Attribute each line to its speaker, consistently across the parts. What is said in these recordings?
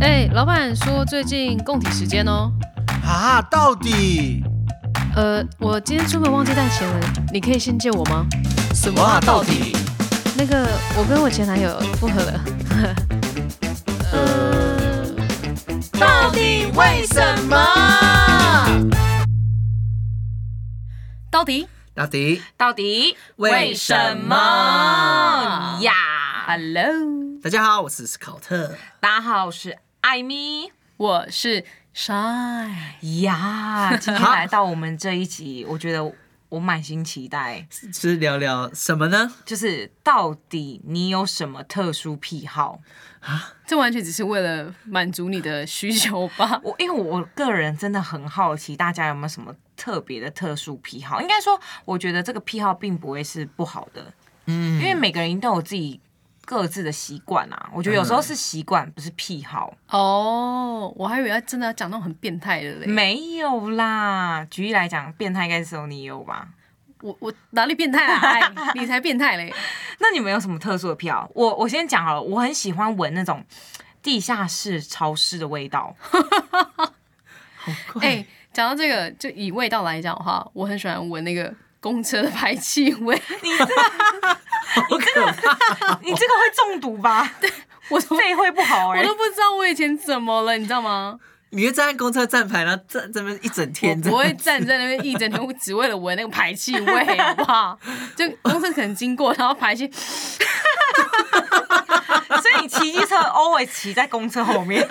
Speaker 1: 哎、老板说最近供体时间哦。
Speaker 2: 啊，到底
Speaker 1: 呃，我今天出门忘记带钱了，你可以先借我吗？
Speaker 2: 什么啊？到底？
Speaker 1: 那个，我跟我前男友复合了。呃，到底为什么？
Speaker 3: 到底
Speaker 2: 到底？
Speaker 3: 到底
Speaker 2: 为什么
Speaker 3: 呀？Hello，
Speaker 2: 大家好，我是斯考特。
Speaker 3: 大家好，我是艾米
Speaker 1: 我是 shy，
Speaker 3: 呀。今天来到我们这一集，我觉得我满心期待，
Speaker 2: 是聊聊什么呢？
Speaker 3: 就是到底你有什么特殊癖好？
Speaker 1: 这完全只是为了满足你的需求吧？
Speaker 3: 我因为我个人真的很好奇，大家有没有什么特别的特殊癖好？应该说，我觉得这个癖好并不会是不好的，嗯，因为每个人都有自己各自的习惯啊。我觉得有时候是习惯，不是癖好。
Speaker 1: 哦、我还以为要真的要讲那种很变态的嘞。
Speaker 3: 没有啦，举例来讲，变态应该是只有你有吧？
Speaker 1: 我我哪里变态啊？哎，你才变态嘞！
Speaker 3: 那你们有什么特殊的癖好？我我先讲好了，我很喜欢闻那种地下室潮湿的味 道。
Speaker 2: 好
Speaker 1: 哎、
Speaker 2: 怪，
Speaker 1: 讲到这个，就以味道来讲的话，我很喜欢闻那个公车的排气味。
Speaker 2: 好可怕！
Speaker 3: 你这个会中毒吧？
Speaker 1: 我都
Speaker 3: 肺会不好哎、
Speaker 1: 我都不知道我以前怎么了，你知道 吗？
Speaker 2: 你就站在公车站牌，然后站这边一整
Speaker 1: 我
Speaker 2: 天，
Speaker 1: 不会站在那边一整天，我只为了闻那个排气 味，好不好？就公车可能经过，然后排气，
Speaker 3: 所以你骑机车 always 骑在公车后 面。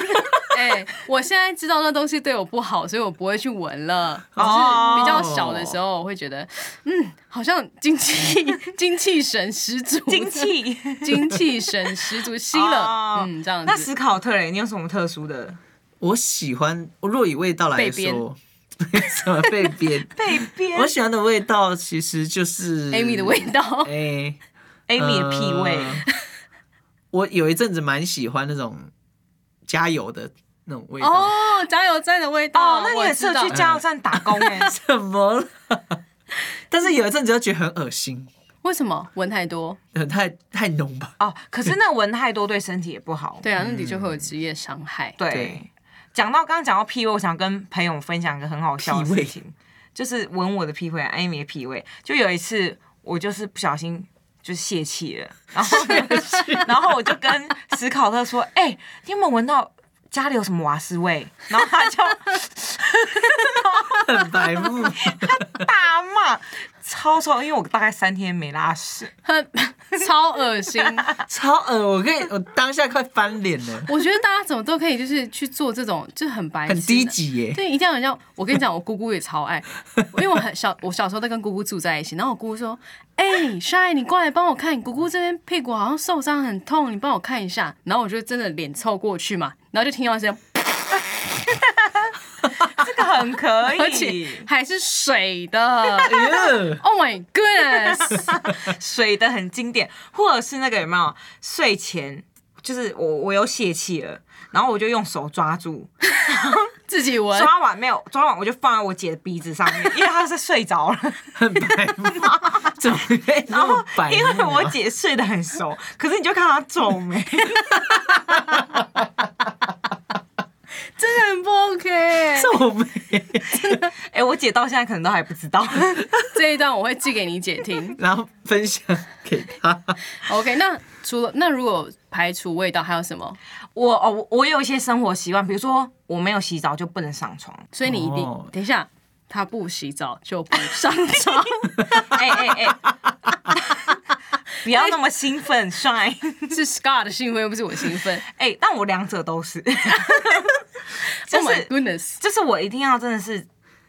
Speaker 1: 哎、我现在知道那东西对我不好，所以我不会去闻了。我
Speaker 3: 哦
Speaker 1: 是比较小的时候，我会觉得，嗯，好像精气精气神十足，
Speaker 3: 精气
Speaker 1: 精气神十足，吸了，
Speaker 3: 哦
Speaker 1: 嗯，这样子。
Speaker 3: 那思考特嘞，你有什么特殊的？
Speaker 2: 我喜欢，我若以味道来
Speaker 1: 被编
Speaker 2: 说，什么被 编？
Speaker 3: 被编
Speaker 2: 我喜欢的味道其实就是
Speaker 1: Amy 的味
Speaker 3: 嗯
Speaker 1: 道，
Speaker 2: 哎
Speaker 3: Amy 的屁味，
Speaker 2: 呃我有一阵子蛮喜欢那种加油的那种味道。
Speaker 1: 哦，加油站的味道。
Speaker 3: 哦，那你很适合
Speaker 1: 我
Speaker 3: 去
Speaker 1: 知道
Speaker 3: 加油站打工哎、
Speaker 2: 怎么了？但是有一阵子就觉得很恶心，
Speaker 1: 为什么闻太多？
Speaker 2: 很太太浓吧？
Speaker 3: 哦，可是那闻太多对身体也不好。
Speaker 1: 对啊，那的确会
Speaker 3: 嗯
Speaker 1: 有职业伤害。
Speaker 3: 对
Speaker 2: 对，
Speaker 3: 讲到刚刚讲到屁味，我想跟朋友分享一个很好笑的
Speaker 2: 屁味
Speaker 3: 事情，就是闻我的屁味，艾米的屁味。就有一次，我就是不小心就泄气了，然后 然后我就跟史考特说：“哎、你有没有闻到家里有什么瓦斯味？”然后他就
Speaker 2: 很白目，
Speaker 3: 大骂，超臭，因为我大概三天没拉屎。
Speaker 1: 很超恶心。
Speaker 2: 超恶！我跟你，我当下快翻脸了，
Speaker 1: 我觉得大家怎么都可以，就是去做这种，就很白痴的
Speaker 2: 很低。级耶。
Speaker 1: 对，一定要人家。我跟你讲，我姑姑也超爱，因为我很 小，我小时候都跟姑姑住在一起。然后我姑姑说：“哎、帅，你过来帮我看，你姑姑这边屁股好像受伤，很痛，你帮我看一下。”然后我就真的脸凑过去嘛，然后就听到一声，
Speaker 3: 这个很
Speaker 2: 哎
Speaker 3: 可以，
Speaker 1: 而且还是水的。
Speaker 2: 呃
Speaker 1: Oh my goodness！
Speaker 3: 水的很经典，或者是那个有没有睡前，就是我我有泄气了，然后我就用手抓住，
Speaker 1: 自己闻，
Speaker 3: 抓完没有抓完我就放在我姐的鼻子上面，因为她是睡 着了，
Speaker 2: 很白目，怎么可以
Speaker 3: 然
Speaker 2: 那
Speaker 3: 后
Speaker 2: 么白目啊？
Speaker 3: 因为我姐睡得很熟，可是你就看她欸皱眉，
Speaker 1: 真的很不 OK。
Speaker 2: 皱眉，
Speaker 3: 哎、我姐到现在可能都还不知 道，
Speaker 1: 这一段我会寄给你姐听。
Speaker 2: 然后分享给他。
Speaker 1: OK，那除了那如果排除味道还有什么？
Speaker 3: 我哦我我有一些生活习惯，比如说我没有洗澡就不能上 床，
Speaker 1: 所以你一定、
Speaker 2: 哦
Speaker 1: 等一下，他不洗澡就不上床，
Speaker 3: 哎哎哎， 不要那么兴奋， 帅。
Speaker 1: 是 Scott 的兴奋，又不是我兴奋。
Speaker 3: 哎、但我两者都是， 就
Speaker 1: oh my
Speaker 3: 是
Speaker 1: goodness！
Speaker 3: 就是我一定要真的是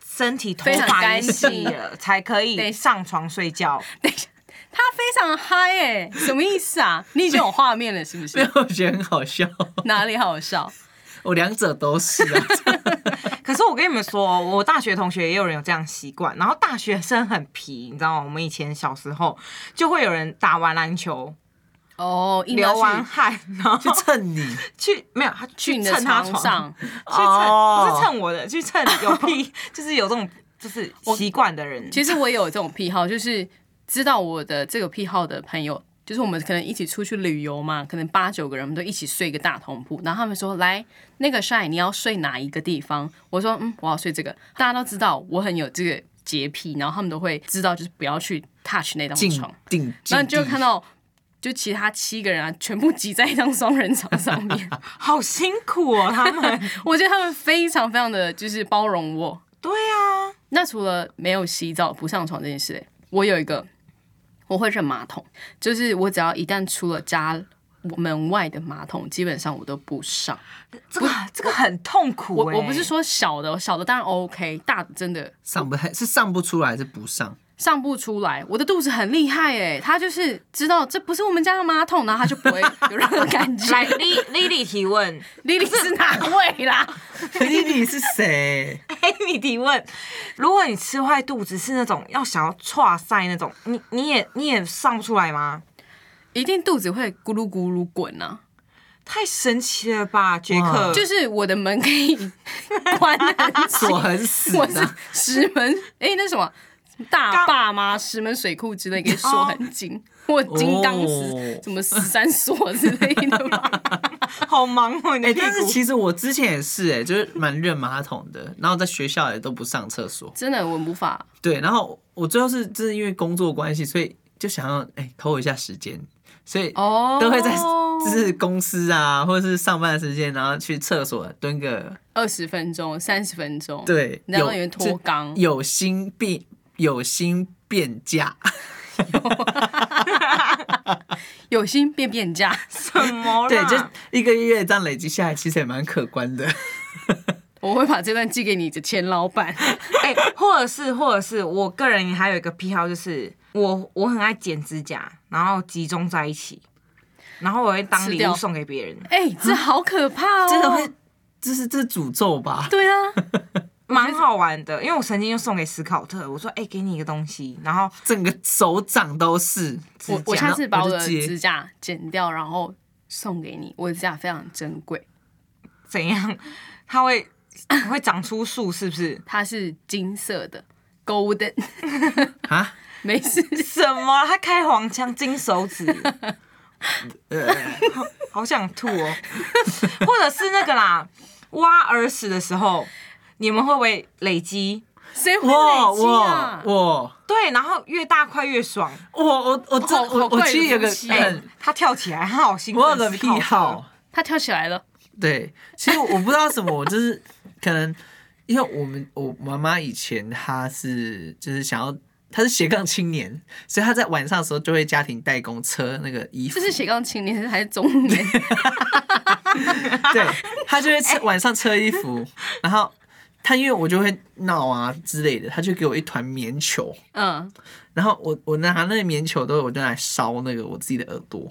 Speaker 3: 身体头
Speaker 1: 非常
Speaker 3: 发
Speaker 1: 干
Speaker 3: 也洗
Speaker 1: 净
Speaker 3: 了，才可
Speaker 1: 对
Speaker 3: 以上床睡觉。
Speaker 1: 等一下，他非常嗨哎、什么意思啊？你已经有画面了是不
Speaker 2: 没有
Speaker 1: 是？，
Speaker 2: 我觉得很好笑，
Speaker 1: 哪里好笑？
Speaker 2: 我两者都是啊。
Speaker 3: 可是我跟你们说，我大学同学也有人有这样习惯，然后大学生很皮，你知道吗？我们以前小时候就会有人打完篮球
Speaker 1: 哦，硬要
Speaker 3: 流
Speaker 1: 去
Speaker 3: 完汗，然后
Speaker 2: 就蹭你，
Speaker 3: 去没有他
Speaker 1: 去你的
Speaker 3: 蹭他
Speaker 1: 床
Speaker 3: 床，
Speaker 1: 上，哦
Speaker 3: 去蹭
Speaker 2: 哦
Speaker 3: 不是蹭我的，去蹭有 屁，就是有这种就是习惯的人。
Speaker 1: 其实我也有这种癖好，就是知道我的这个癖好的朋友，就是我们可能一起出去旅游嘛，可能八九个人，我们都一起睡一个大同铺。然后他们说：“来，那个 Shine，你要睡哪一个地方？”我说：“嗯，我要睡这个。”大家都知道我很有这个洁癖，然后他们都会知道，就是不要去 touch 那张
Speaker 2: 进
Speaker 1: 床。
Speaker 2: 定，
Speaker 1: 然后
Speaker 2: 进
Speaker 1: 就
Speaker 2: 地
Speaker 1: 看到，就其他七个人啊，全部挤在一张双人床上面。
Speaker 3: 好辛苦哦，他们。
Speaker 1: 我觉得他们非常非常的就是包容我。
Speaker 3: 对啊，
Speaker 1: 那除了没有洗澡不上床这件事、欸我有一个我会认马桶，就是我只要一旦出了家门外的马桶，基本上我都不上。
Speaker 3: 这个这个很痛苦、
Speaker 1: 我
Speaker 3: 欸。
Speaker 1: 我不是说小的，小的当然 OK，大的真的
Speaker 2: 上不太是上不出来，还是不上？
Speaker 1: 上不出来。我的肚子很厉害哎、欸他就是知道这不是我们家的马桶，然后他就不会有任何感觉。
Speaker 3: 来，Lily Lily 提问
Speaker 1: Lily 是哪位啦？
Speaker 2: 你你是谁？
Speaker 3: ，Amy 提问，如果你吃坏肚子是那种要想要岔塞那种，你你也你也上不出来吗？
Speaker 1: 一定肚子会咕噜咕噜滚啊！
Speaker 3: 太神奇了吧，杰克！
Speaker 2: 哇
Speaker 1: 就是是我的门可以 关很紧
Speaker 2: 锁很 死啊
Speaker 1: 我是
Speaker 2: 的，
Speaker 1: 石 门，哎、那什么大坝吗？石门水库之类给锁很紧，或金刚石
Speaker 2: 哦
Speaker 1: 什么十三锁之类的吧。
Speaker 3: 好忙哦，你的
Speaker 2: 哎、
Speaker 3: 屁
Speaker 2: 但是
Speaker 3: 股。
Speaker 2: 其实我之前也是、哎，就是蛮认马桶的，然后在学校也都不上厕所。
Speaker 1: 真的，我无法。
Speaker 2: 对，然后我最后是真的因为工作关系，所以就想要哎、偷一下时间，所以
Speaker 1: 哦
Speaker 2: 都会在就是公司啊，或者是上班的时间，然后去厕所蹲个
Speaker 1: 二十分钟、三十分钟，，
Speaker 2: 对，
Speaker 1: 然后
Speaker 2: 有
Speaker 1: 以为脱肛
Speaker 2: 就有心变有心变价，
Speaker 1: 有心便便价。
Speaker 3: 什么啦？
Speaker 2: 对，就一个月这样累积下来，其实也蛮可观的。
Speaker 1: 哦我会把这段寄给你的前老 板。
Speaker 3: 哎、或者是或者是，我个人还有一个癖好，就是我我很爱剪指甲，然后集中在一起，然后我会当
Speaker 1: 吃
Speaker 3: 礼
Speaker 1: 掉
Speaker 3: 物送给别人。
Speaker 1: 哎、这好可怕哦！
Speaker 2: 这个会，这是这是诅咒吧？
Speaker 1: 对 啊，
Speaker 3: 蛮好玩的，因为我曾经就送给史考特，我说：“哎、给你一个东西。”然后
Speaker 2: 整个手掌都是。
Speaker 1: 我
Speaker 2: 指
Speaker 1: 我
Speaker 2: 甲
Speaker 1: 下次把我
Speaker 2: 就
Speaker 1: 的
Speaker 2: 接
Speaker 1: 指甲剪掉，然后送给你。我的指甲非常珍贵，
Speaker 3: 怎样？它会会长出树，是不是？
Speaker 1: 它是金色的，golden。
Speaker 2: 啊，
Speaker 1: 没事，
Speaker 3: 什么？它开黄腔，金手指，
Speaker 2: 呃
Speaker 3: 好好想吐哦！或者是那个啦，挖耳屎的时候，你们会不会累积？
Speaker 1: 谁会
Speaker 2: 我
Speaker 1: 累积
Speaker 2: 我
Speaker 1: 啊？
Speaker 2: 我
Speaker 3: 对，然后越大块越爽。
Speaker 2: 我我我这
Speaker 1: 好好
Speaker 2: 我我
Speaker 1: 怪
Speaker 2: 其实
Speaker 1: 的
Speaker 2: 有个
Speaker 1: 夫妻
Speaker 3: 哎、
Speaker 2: 很，
Speaker 3: 他跳起来，他好兴奋。
Speaker 2: 我有个
Speaker 3: 史
Speaker 2: 癖
Speaker 3: 考特
Speaker 2: 好，
Speaker 1: 他跳起来了，
Speaker 2: 对，其实我不知道什么，我就是可能因为我们我妈妈以前她是就是想要。她是斜杠青年，所以她在晚上的时候就会家庭代工车那个衣服
Speaker 1: 这，是斜杠青年还是中 年？
Speaker 2: 对，她就会
Speaker 1: 哎
Speaker 2: 车晚上车衣服，然后她因为我就会闹啊之类的，她就给我一团棉球，
Speaker 1: 嗯，
Speaker 2: 然后我我拿那个棉球都我就来烧那个我自己的耳朵，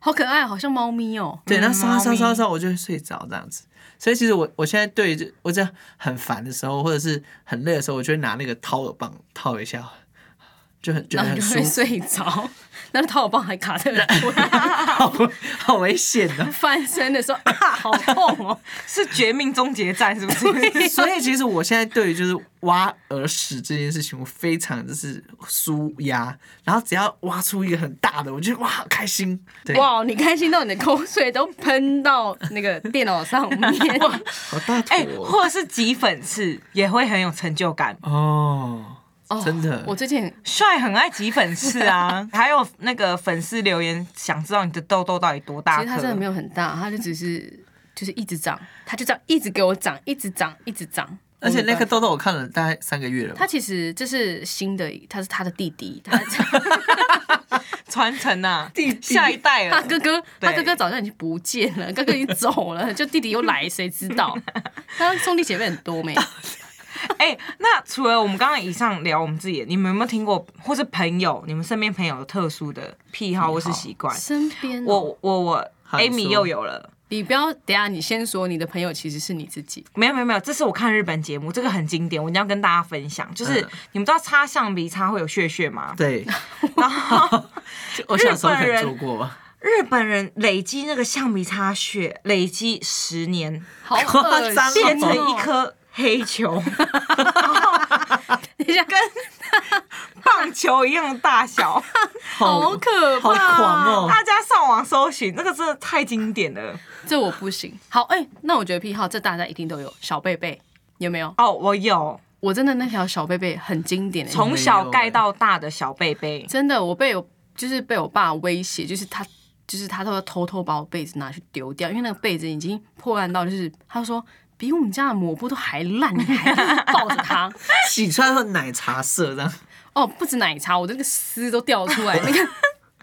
Speaker 1: 好可爱，好像猫咪哦。
Speaker 2: 对，
Speaker 3: 嗯
Speaker 2: 然后烧
Speaker 3: 猫
Speaker 2: 烧
Speaker 3: 咪
Speaker 2: 烧烧，我就会睡着这样子。所以其实我我现在对于这我这样很烦的时候，或者是很累的时候，我就会拿那个掏耳棒掏一下，就很觉得
Speaker 1: 然后
Speaker 2: 很
Speaker 1: 你就
Speaker 2: 舒
Speaker 1: 会
Speaker 2: 服，
Speaker 1: 睡着， 那淘宝棒还卡在耳朵，
Speaker 2: 好 好危险哦的、
Speaker 1: 翻身 的时候啊，好痛哦！
Speaker 3: 是绝命终结战，是 不是？
Speaker 2: 所以其实我现在对于就是挖耳屎这件事情，我非常就是舒压，然后只要挖出一个很大的，我就哇好开心，对，
Speaker 1: 哇，你开心到你的口水都喷到那个电脑上 面。
Speaker 2: 好大坨
Speaker 3: 哎、
Speaker 2: 哦
Speaker 3: 或者是挤粉刺也会很有成就感。
Speaker 1: 哎
Speaker 2: 哦，
Speaker 1: 哦
Speaker 2: 真的
Speaker 1: 我最近
Speaker 3: 帅很爱挤粉刺 啊，还有那个粉丝留言想知道你的痘痘到底多大
Speaker 1: 其
Speaker 3: 颗，
Speaker 1: 实它真的没有很大，它就只是就是一直长，它就这样一直给我长，一直长，一直长。
Speaker 2: 而且那个痘痘我看了大概三个月了吧
Speaker 1: 它，其实这是新的，它是 他的弟弟， 他
Speaker 3: 传承 啊
Speaker 2: 弟，弟
Speaker 3: 下一代
Speaker 1: 他
Speaker 3: 了。
Speaker 1: 哥哥，他
Speaker 3: 对
Speaker 1: 哥哥早就已经不见了，哥哥已经走 了，就弟弟又来，谁知道？他兄弟姐妹很多没？
Speaker 3: 哎、那除了我们刚刚以上聊我们自己的，你们有没有听过，或是朋友，你们身边朋友有特殊的癖好或是习惯？
Speaker 1: 身边哦、
Speaker 3: 我我我
Speaker 2: 好你
Speaker 3: ，Amy
Speaker 2: 说
Speaker 3: 又有了。
Speaker 1: 你不要等一下，你先说你的朋友其实是你自己，
Speaker 3: 没有没有没有，这是我看日本节目，这个很经典，我一定要跟大家分享。就是、
Speaker 2: 嗯
Speaker 3: 你们知道擦橡皮擦会有血血吗？
Speaker 2: 对。
Speaker 3: 然后
Speaker 2: 就 我小时候
Speaker 3: 日
Speaker 2: 可
Speaker 3: 本人
Speaker 2: 能做过吧，
Speaker 3: 日本人累积那个橡皮擦血，累积十年，
Speaker 1: 好恶
Speaker 2: 夸张哦
Speaker 1: 心、
Speaker 3: 变
Speaker 1: 哦，
Speaker 3: 成一。颗黑球。
Speaker 1: 等一下，
Speaker 3: 棒球一样大小。
Speaker 1: 好可
Speaker 2: 好
Speaker 1: 怕，啊
Speaker 2: 狂哦！
Speaker 3: 大家上网搜寻，这个真的太经典了。
Speaker 1: 这我不行。好，哎、那我觉得癖好这大家一定都有，小贝贝有没有？
Speaker 3: 哦，我有
Speaker 1: 我真的那条小贝贝很经典、欸，
Speaker 3: 从小盖到大的小贝贝，
Speaker 1: 真的我被我就是被我爸威胁，就是他就是他都要偷偷把我被子拿去丢掉，因为那个被子已经破烂到就是他说比我们家的抹布都还烂，你还就是抱着 它。
Speaker 2: 洗出来会奶茶色这样，
Speaker 1: 哦，不止奶茶，我的那个丝都掉出来，那个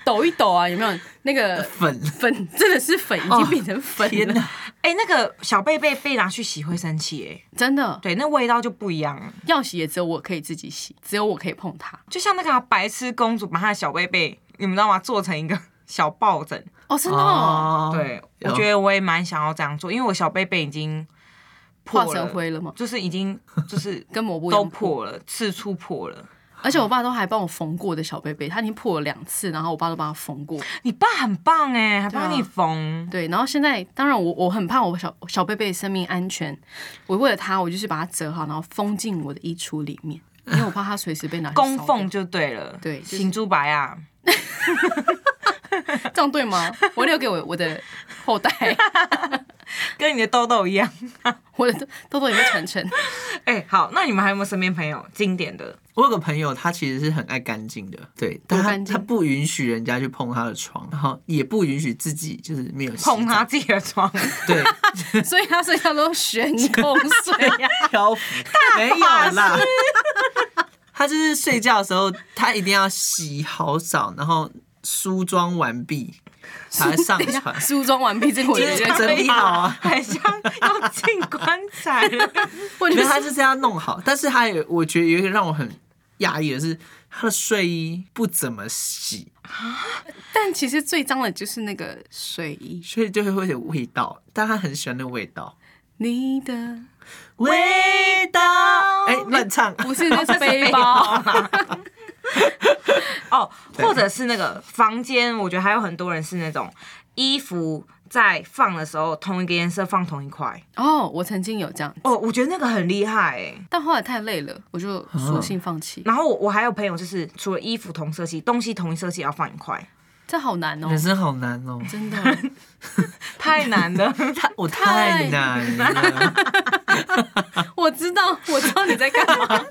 Speaker 1: 抖一抖啊，有没有？那个
Speaker 2: 粉
Speaker 1: 粉真的是粉，已经变成粉
Speaker 2: 天
Speaker 1: 了，
Speaker 2: 哪！
Speaker 3: 哎、那个小贝贝被拿去洗会生气，哎，
Speaker 1: 真的。
Speaker 3: 对，那味道就不一样。
Speaker 1: 要洗也只有我可以自己洗，只有我可以碰它。
Speaker 3: 就像那个啊、白痴公主把她的小贝贝，你们知道吗？做成一个小抱枕。
Speaker 1: 哦，真的、
Speaker 3: 啊
Speaker 1: 哦，
Speaker 3: 对，我
Speaker 2: 有
Speaker 3: 觉得我也蛮想要这样做，因为我小贝贝已经破
Speaker 1: 化
Speaker 3: 了，
Speaker 1: 成灰了吗？
Speaker 3: 就是已 经就是
Speaker 1: 跟抹布一
Speaker 3: 都
Speaker 1: 样。
Speaker 3: 破了，次数破了。
Speaker 1: 而且我爸都还帮我缝过我的小贝贝，他已经破了两次，然后我爸都帮他缝过。
Speaker 3: 你爸很棒哎，还帮
Speaker 1: 对啊
Speaker 3: 你缝。
Speaker 1: 对，然后现在当然我我很怕我小小贝贝的生命安全，我为了他，我就是把它折好，然后封进我的衣橱里面，因为我怕它随时 被拿去烧
Speaker 3: 供
Speaker 1: 掉
Speaker 3: 奉，就对了，
Speaker 1: 对就是
Speaker 3: 行猪白啊，
Speaker 1: 这样对吗？我留给我我的后代，
Speaker 3: 跟你的痘痘 一样。
Speaker 1: 我的豆豆也会传承。
Speaker 3: 哎、好，那你们还有没有身边朋友经典的？
Speaker 2: 我有个朋友，他其实是很爱干净的，对，但
Speaker 1: 干
Speaker 2: 他
Speaker 1: 净
Speaker 2: 他不允许人家去碰他的床，然后也不允许自己就是没有洗澡
Speaker 3: 碰他，自己的床，
Speaker 2: 对，
Speaker 1: 所以他睡觉都悬 空睡呀、
Speaker 2: 漂浮没有啦。他就是睡觉的时候，他一定要洗好澡，然后梳妆完毕才会上
Speaker 1: 等一下
Speaker 2: 床，
Speaker 1: 梳妆完毕，这个我
Speaker 2: 就
Speaker 1: 觉
Speaker 2: 是
Speaker 1: 得
Speaker 2: 整理好啊。
Speaker 3: 很像要进棺材了。
Speaker 1: 我觉得
Speaker 2: 没有，他就是要弄好。但是他也，我觉得有一个让我很压抑的是，他的睡衣不怎么洗，
Speaker 1: 但其实最脏的就是那个睡衣。
Speaker 2: 所以就会有点味道。但他很喜欢那个味道，
Speaker 1: 你 的
Speaker 2: 味道。 哎、乱唱。
Speaker 1: 不是那是背包，
Speaker 3: 包啦。哦，或者是那个房间，我觉得还有很多人是那种衣服在放的时候，同一个颜色放同一块。
Speaker 1: 哦，我曾经有这样，
Speaker 3: 哦，我觉得那个很厉害哎、
Speaker 1: 但后来太累了，我就索性放弃。
Speaker 3: 然后我我还有朋友，就是除了衣服同色系，东西同一色系也要放一块，
Speaker 1: 这好难哦，
Speaker 2: 人生好难哦，
Speaker 1: 真的。
Speaker 3: 太难了。
Speaker 2: 太我
Speaker 1: 太
Speaker 2: 太难了。
Speaker 1: 我知道，我知道你在干嘛，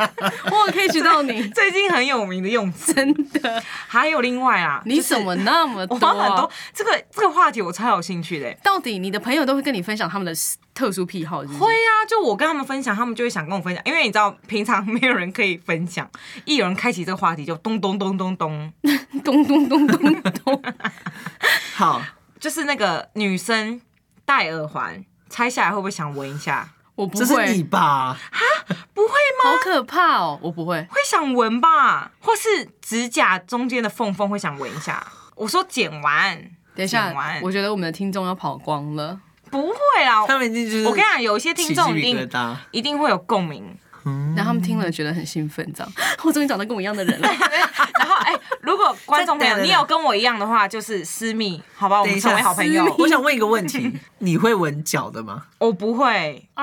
Speaker 1: 我有 catch 到你，
Speaker 3: 最近很有名的用词，
Speaker 1: 真的。
Speaker 3: 还有另外啊，
Speaker 1: 你怎么那么多
Speaker 3: 我花
Speaker 1: 啊、
Speaker 3: 很多这个这个话题，我超有兴趣的欸、
Speaker 1: 到底你的朋友都会跟你分享他们的特殊癖好是不是
Speaker 3: 会呀、啊，就我跟他们分享，他们就会想跟我分享，因为你知道，平常没有人可以分享，一有人开启这个话题，就咚咚咚咚咚，
Speaker 1: 咚咚咚咚咚，
Speaker 2: 好，
Speaker 3: 就是那个女生戴耳环拆下来，会不会想闻一下？
Speaker 1: 我不
Speaker 2: 这是你
Speaker 1: 会，
Speaker 2: 吧？
Speaker 3: 不会吗？
Speaker 1: 好可怕哦，我不会。
Speaker 3: 会想闻吧，或是指甲中间的缝缝会想闻一下。我说剪完，
Speaker 1: 等一
Speaker 3: 剪
Speaker 1: 下
Speaker 3: 完，
Speaker 1: 我觉得我们的听众要跑光了。
Speaker 3: 不会啦。
Speaker 2: 他们一定就是
Speaker 3: 我跟你讲，有一些
Speaker 2: 起
Speaker 3: 听
Speaker 2: 鸡
Speaker 3: 众一
Speaker 2: 皮疙
Speaker 3: 定
Speaker 2: 瘩。
Speaker 3: 一定会有共鸣。
Speaker 1: 然后他们听了觉得很兴奋，这样 我终于找到跟我一样的 人了。
Speaker 3: 然后，哎、如果观众朋友
Speaker 2: 真的
Speaker 3: 你有跟我一样的话，就是私密，好吧，我
Speaker 2: 等
Speaker 3: 们
Speaker 2: 一
Speaker 3: 成为
Speaker 2: 下，
Speaker 3: 好朋友。
Speaker 2: 我想问一个问 题：你会闻脚的吗？
Speaker 3: 我不会，
Speaker 1: 哦，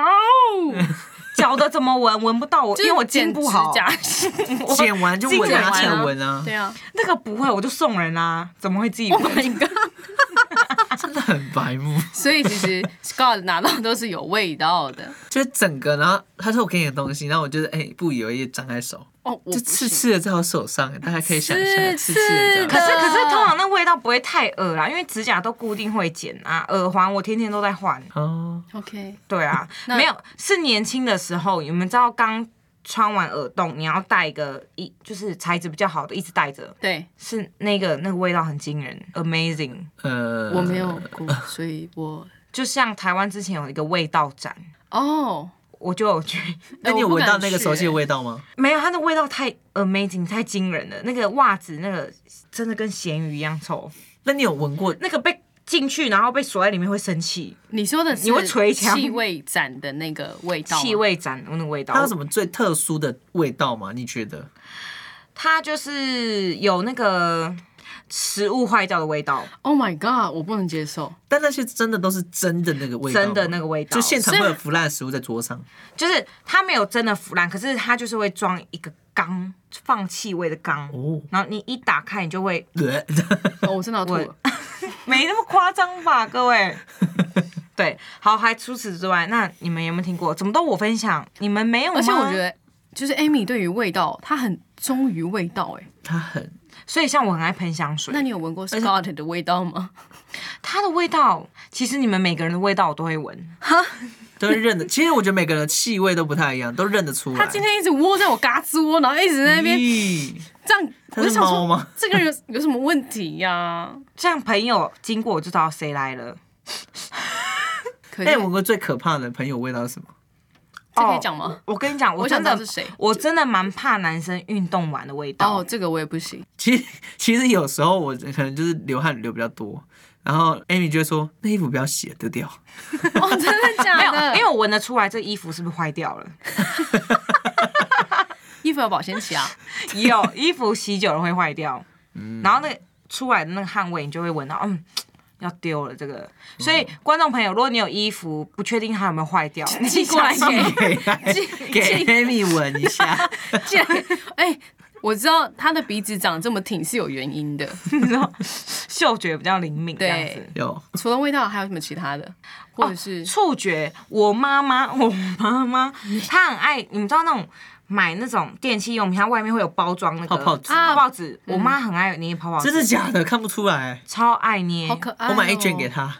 Speaker 3: 脚的怎么闻？闻不到我，因为我
Speaker 1: 剪
Speaker 3: 筋不好
Speaker 1: 指。甲
Speaker 3: 我
Speaker 2: 剪完就闻
Speaker 3: 剪
Speaker 2: 啊，
Speaker 3: 完
Speaker 2: 浅
Speaker 1: 啊
Speaker 2: 闻啊，
Speaker 1: 对啊
Speaker 3: 那个不会，我就送人啦、怎么会自己
Speaker 1: ，Oh
Speaker 3: 闻？
Speaker 1: my god！
Speaker 2: 真的很白目。
Speaker 1: 所以其实 Scott 拿到都是有味道的。
Speaker 2: 就是整个，然后他说我给你的东西，然后我就是哎、不以为意长在手，
Speaker 1: 哦，我
Speaker 2: 就
Speaker 1: 不
Speaker 2: 刺
Speaker 1: 行
Speaker 2: 刺的在我手上，大家可以想象，
Speaker 1: 刺
Speaker 2: 刺刺的
Speaker 1: 刺
Speaker 3: 可
Speaker 2: 这
Speaker 1: 的
Speaker 2: 样。
Speaker 3: 是可是通常那味道不会太恶啊啦，因为指甲都固定会剪啊，耳环我天天都在换。
Speaker 2: 哦，
Speaker 1: OK，
Speaker 3: 对 啊，
Speaker 1: 那
Speaker 3: 没有是年轻的时候，你们知道刚穿完耳洞，你要戴一个一就是材质比较好的，一直戴着，
Speaker 1: 对
Speaker 3: 是那个那个味道很惊人，amazing。
Speaker 2: 呃，
Speaker 1: 我没有过，所以我
Speaker 3: 就像台湾之前有一个味道展，
Speaker 1: 哦，
Speaker 3: 我就有去，
Speaker 2: 那
Speaker 1: 哎
Speaker 2: 你有
Speaker 1: 我不
Speaker 2: 闻到
Speaker 1: 敢
Speaker 2: 那个
Speaker 1: 去
Speaker 2: 熟悉的
Speaker 1: 欸
Speaker 2: 味道吗？
Speaker 3: 没有它的味道太 amazing 太惊人了，那个袜子那个真的跟咸鱼一样臭，
Speaker 2: 那你有闻过？
Speaker 3: 那个被进去然后被锁在里面会生气，
Speaker 1: 你说的是
Speaker 3: 你会捶墙
Speaker 1: 气味展的那个味道吗，
Speaker 3: 气味展那个味道
Speaker 2: 它有，什么最特殊的味道吗？你觉得？
Speaker 3: 它就是有那个食物坏掉的味道，
Speaker 1: ，Oh my god，我不能接受。
Speaker 2: 但那些真的都是真的那个味道吗，
Speaker 3: 真的那个味道，
Speaker 2: 就现场
Speaker 1: 所以
Speaker 2: 会有腐烂的食物在桌上，
Speaker 3: 就是它没有真的腐烂，可是它就是会装一个缸，放气味的缸，
Speaker 2: 哦，
Speaker 3: 然后你一打开，你就会
Speaker 2: 对，
Speaker 1: 哦，我真的要吐了。
Speaker 3: 没那么夸张吧，各位。对，好，还除此之外，那你们有没有听过？怎么都我分享，你们没有吗？
Speaker 1: 而且我觉，得，就是 Amy 对于味道，她很忠于味道、哎，
Speaker 2: 它很
Speaker 3: 所以像我很爱喷香水，
Speaker 1: 那你有闻过 Scott 的味道吗？
Speaker 3: 它的味道，其实你们每个人的味道我都会闻。
Speaker 2: 都 会认得。其实我觉得每个人的气味都不太一样，都认得出来。
Speaker 1: 他今天一直窝在我嘎吱窝，然后一直在那边
Speaker 2: 咦
Speaker 1: 这样，
Speaker 2: 它
Speaker 1: 我就是想
Speaker 2: 猫
Speaker 1: 说
Speaker 2: 吗，
Speaker 1: 这个人有有什么问题呀、
Speaker 3: 像朋友经过我就知道谁来了，
Speaker 1: 可以，
Speaker 2: 哎、我闻过最可怕的朋友味道是什么？
Speaker 1: 这可以讲吗？
Speaker 3: 我跟你讲，
Speaker 1: 我想知
Speaker 3: 真的哦
Speaker 1: 道是谁。
Speaker 3: 我真的蛮怕男生运动完的味道。
Speaker 1: 哦，这个我也不行。
Speaker 2: 其实其实有时候我可能就是流汗流比较多，然后 Amy 就会说那衣服不要洗了，丢掉。
Speaker 1: 哦，真的
Speaker 3: 没
Speaker 1: 假
Speaker 3: 有，
Speaker 1: 的？
Speaker 3: 因为我闻得出来这衣服是不是坏 掉了。
Speaker 1: 衣服有保鲜期啊。
Speaker 3: 有衣服洗久了会坏掉，然后那个出来的那个汗味，你就会闻到，嗯，要丢了这个。所以观众朋友，如果你有衣服不确定它有没有坏 掉，你
Speaker 1: 寄过来
Speaker 3: 想
Speaker 1: 给
Speaker 2: 给给 Amy 闻一下，
Speaker 1: 竟然，哎、我知道他的鼻子长这么挺是有原因的。
Speaker 3: 你知道嗅觉比较灵敏这样子
Speaker 1: 对。
Speaker 2: 有
Speaker 1: 除了味道，还有什么其他的？或者是、
Speaker 3: 触觉，我妈妈， 我妈妈，
Speaker 1: 嗯
Speaker 3: 她很爱，你知道那种买那种电器用品，它外面会有包装那个
Speaker 2: 泡泡纸
Speaker 1: 啊
Speaker 3: 泡泡纸，我妈很爱捏泡泡纸，
Speaker 2: 真的假的？看不出来。
Speaker 3: 超爱捏，。
Speaker 1: 好可爱、哦
Speaker 2: 哦我买一卷给。他，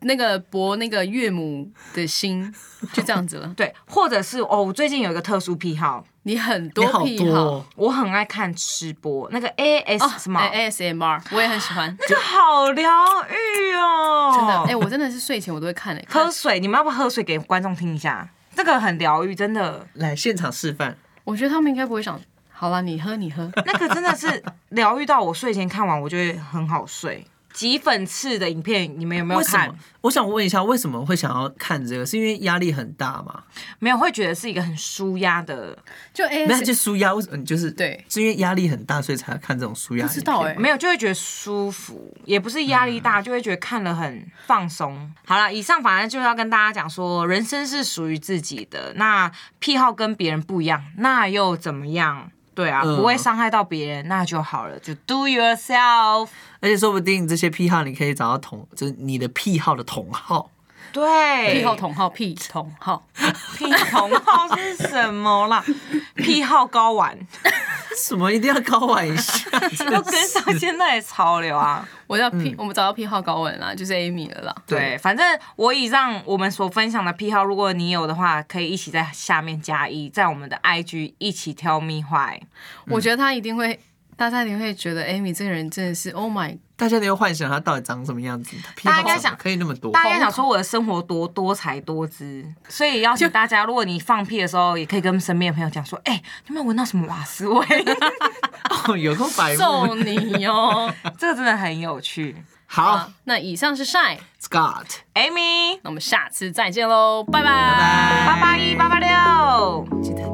Speaker 1: 那个博那个岳母的心，就这样子了
Speaker 3: 对，或者是哦，我最近有一个特殊癖好，
Speaker 1: 你很
Speaker 2: 你
Speaker 1: 多
Speaker 2: 好
Speaker 1: 癖
Speaker 2: 多、
Speaker 1: 好
Speaker 2: 哦。
Speaker 3: 我很爱看吃播，那个 AS 什么，
Speaker 1: 哎 ASMR，我也很喜欢，
Speaker 3: 那个好疗愈哦，
Speaker 1: 真的。哎、我真的是睡前我都会看哎、
Speaker 3: 喝水，你们要不要喝水给观众听一下？这个很疗愈，真的，
Speaker 2: 来现场示范，
Speaker 1: 我觉得他们应该不会想，好啦，你喝你喝。
Speaker 3: 那个真的是疗愈到我睡前看完，我就会很好睡。挤粉刺的影片，你们有没有
Speaker 2: 为什
Speaker 3: 看
Speaker 2: 么？？我想问一下，为什么会想要看这个？是因为压力很大吗？
Speaker 3: 没有，会觉得是一个很舒压的，
Speaker 1: 就
Speaker 2: 没有，就
Speaker 1: AS
Speaker 2: 舒压，为什么？你就是
Speaker 1: 对
Speaker 2: 是因为压力很大，所以才要看这种舒压。
Speaker 1: 不知道哎、
Speaker 3: 没有就会觉得舒服，也不是压力大，
Speaker 1: 嗯
Speaker 3: 就会觉得看了很放松。好了，以上反正就是要跟大家讲说，人生是属于自己的，那癖好跟别人不一样，那又怎么样？对啊，
Speaker 2: 嗯
Speaker 3: 不会伤害到别人，那就好了，就 do yourself。
Speaker 2: 而且说不定这些癖好，你可以找到同，就是你的癖好的同好。
Speaker 3: 对，
Speaker 1: 癖好 同号屁同号，
Speaker 3: 癖同好是什么 啦？癖好睾丸，
Speaker 2: 什么一定要高玩一下？真
Speaker 3: 都
Speaker 2: 的
Speaker 3: 跟
Speaker 2: 是
Speaker 3: 上现在的潮流啊。
Speaker 1: 我叫
Speaker 2: 嗯
Speaker 1: 癖，我们找到癖好高文啦，就是 Amy 了啦。
Speaker 3: 对，反正我以上我们所分享的癖好，如果你有的话，可以一起在下面加一，在我们的 IG 一起 tell me why。
Speaker 1: 我觉得他一定会，大家一定会觉得 Amy 这个人真的是 Oh my，
Speaker 2: 大家你会幻想他到底长什么样子？他癖
Speaker 3: 大家
Speaker 2: 好
Speaker 3: 应该
Speaker 2: 什么
Speaker 3: 想
Speaker 2: 可以那么多？
Speaker 3: 大家想说我的生活多多才多姿，所以邀请大家，如果你放屁的时候，也可以跟身边的朋友讲说，哎、你有没有闻到什么瓦斯味？
Speaker 2: 哦 有空白目
Speaker 1: 揍。你哦！
Speaker 3: 这个真的很有趣。
Speaker 2: 好
Speaker 1: 好，那以上是 Shine，
Speaker 2: ，Scott，
Speaker 3: Amy，
Speaker 1: 那我们下次再见喽，拜拜
Speaker 2: 拜
Speaker 3: 八八一八八六。
Speaker 2: 记得。哦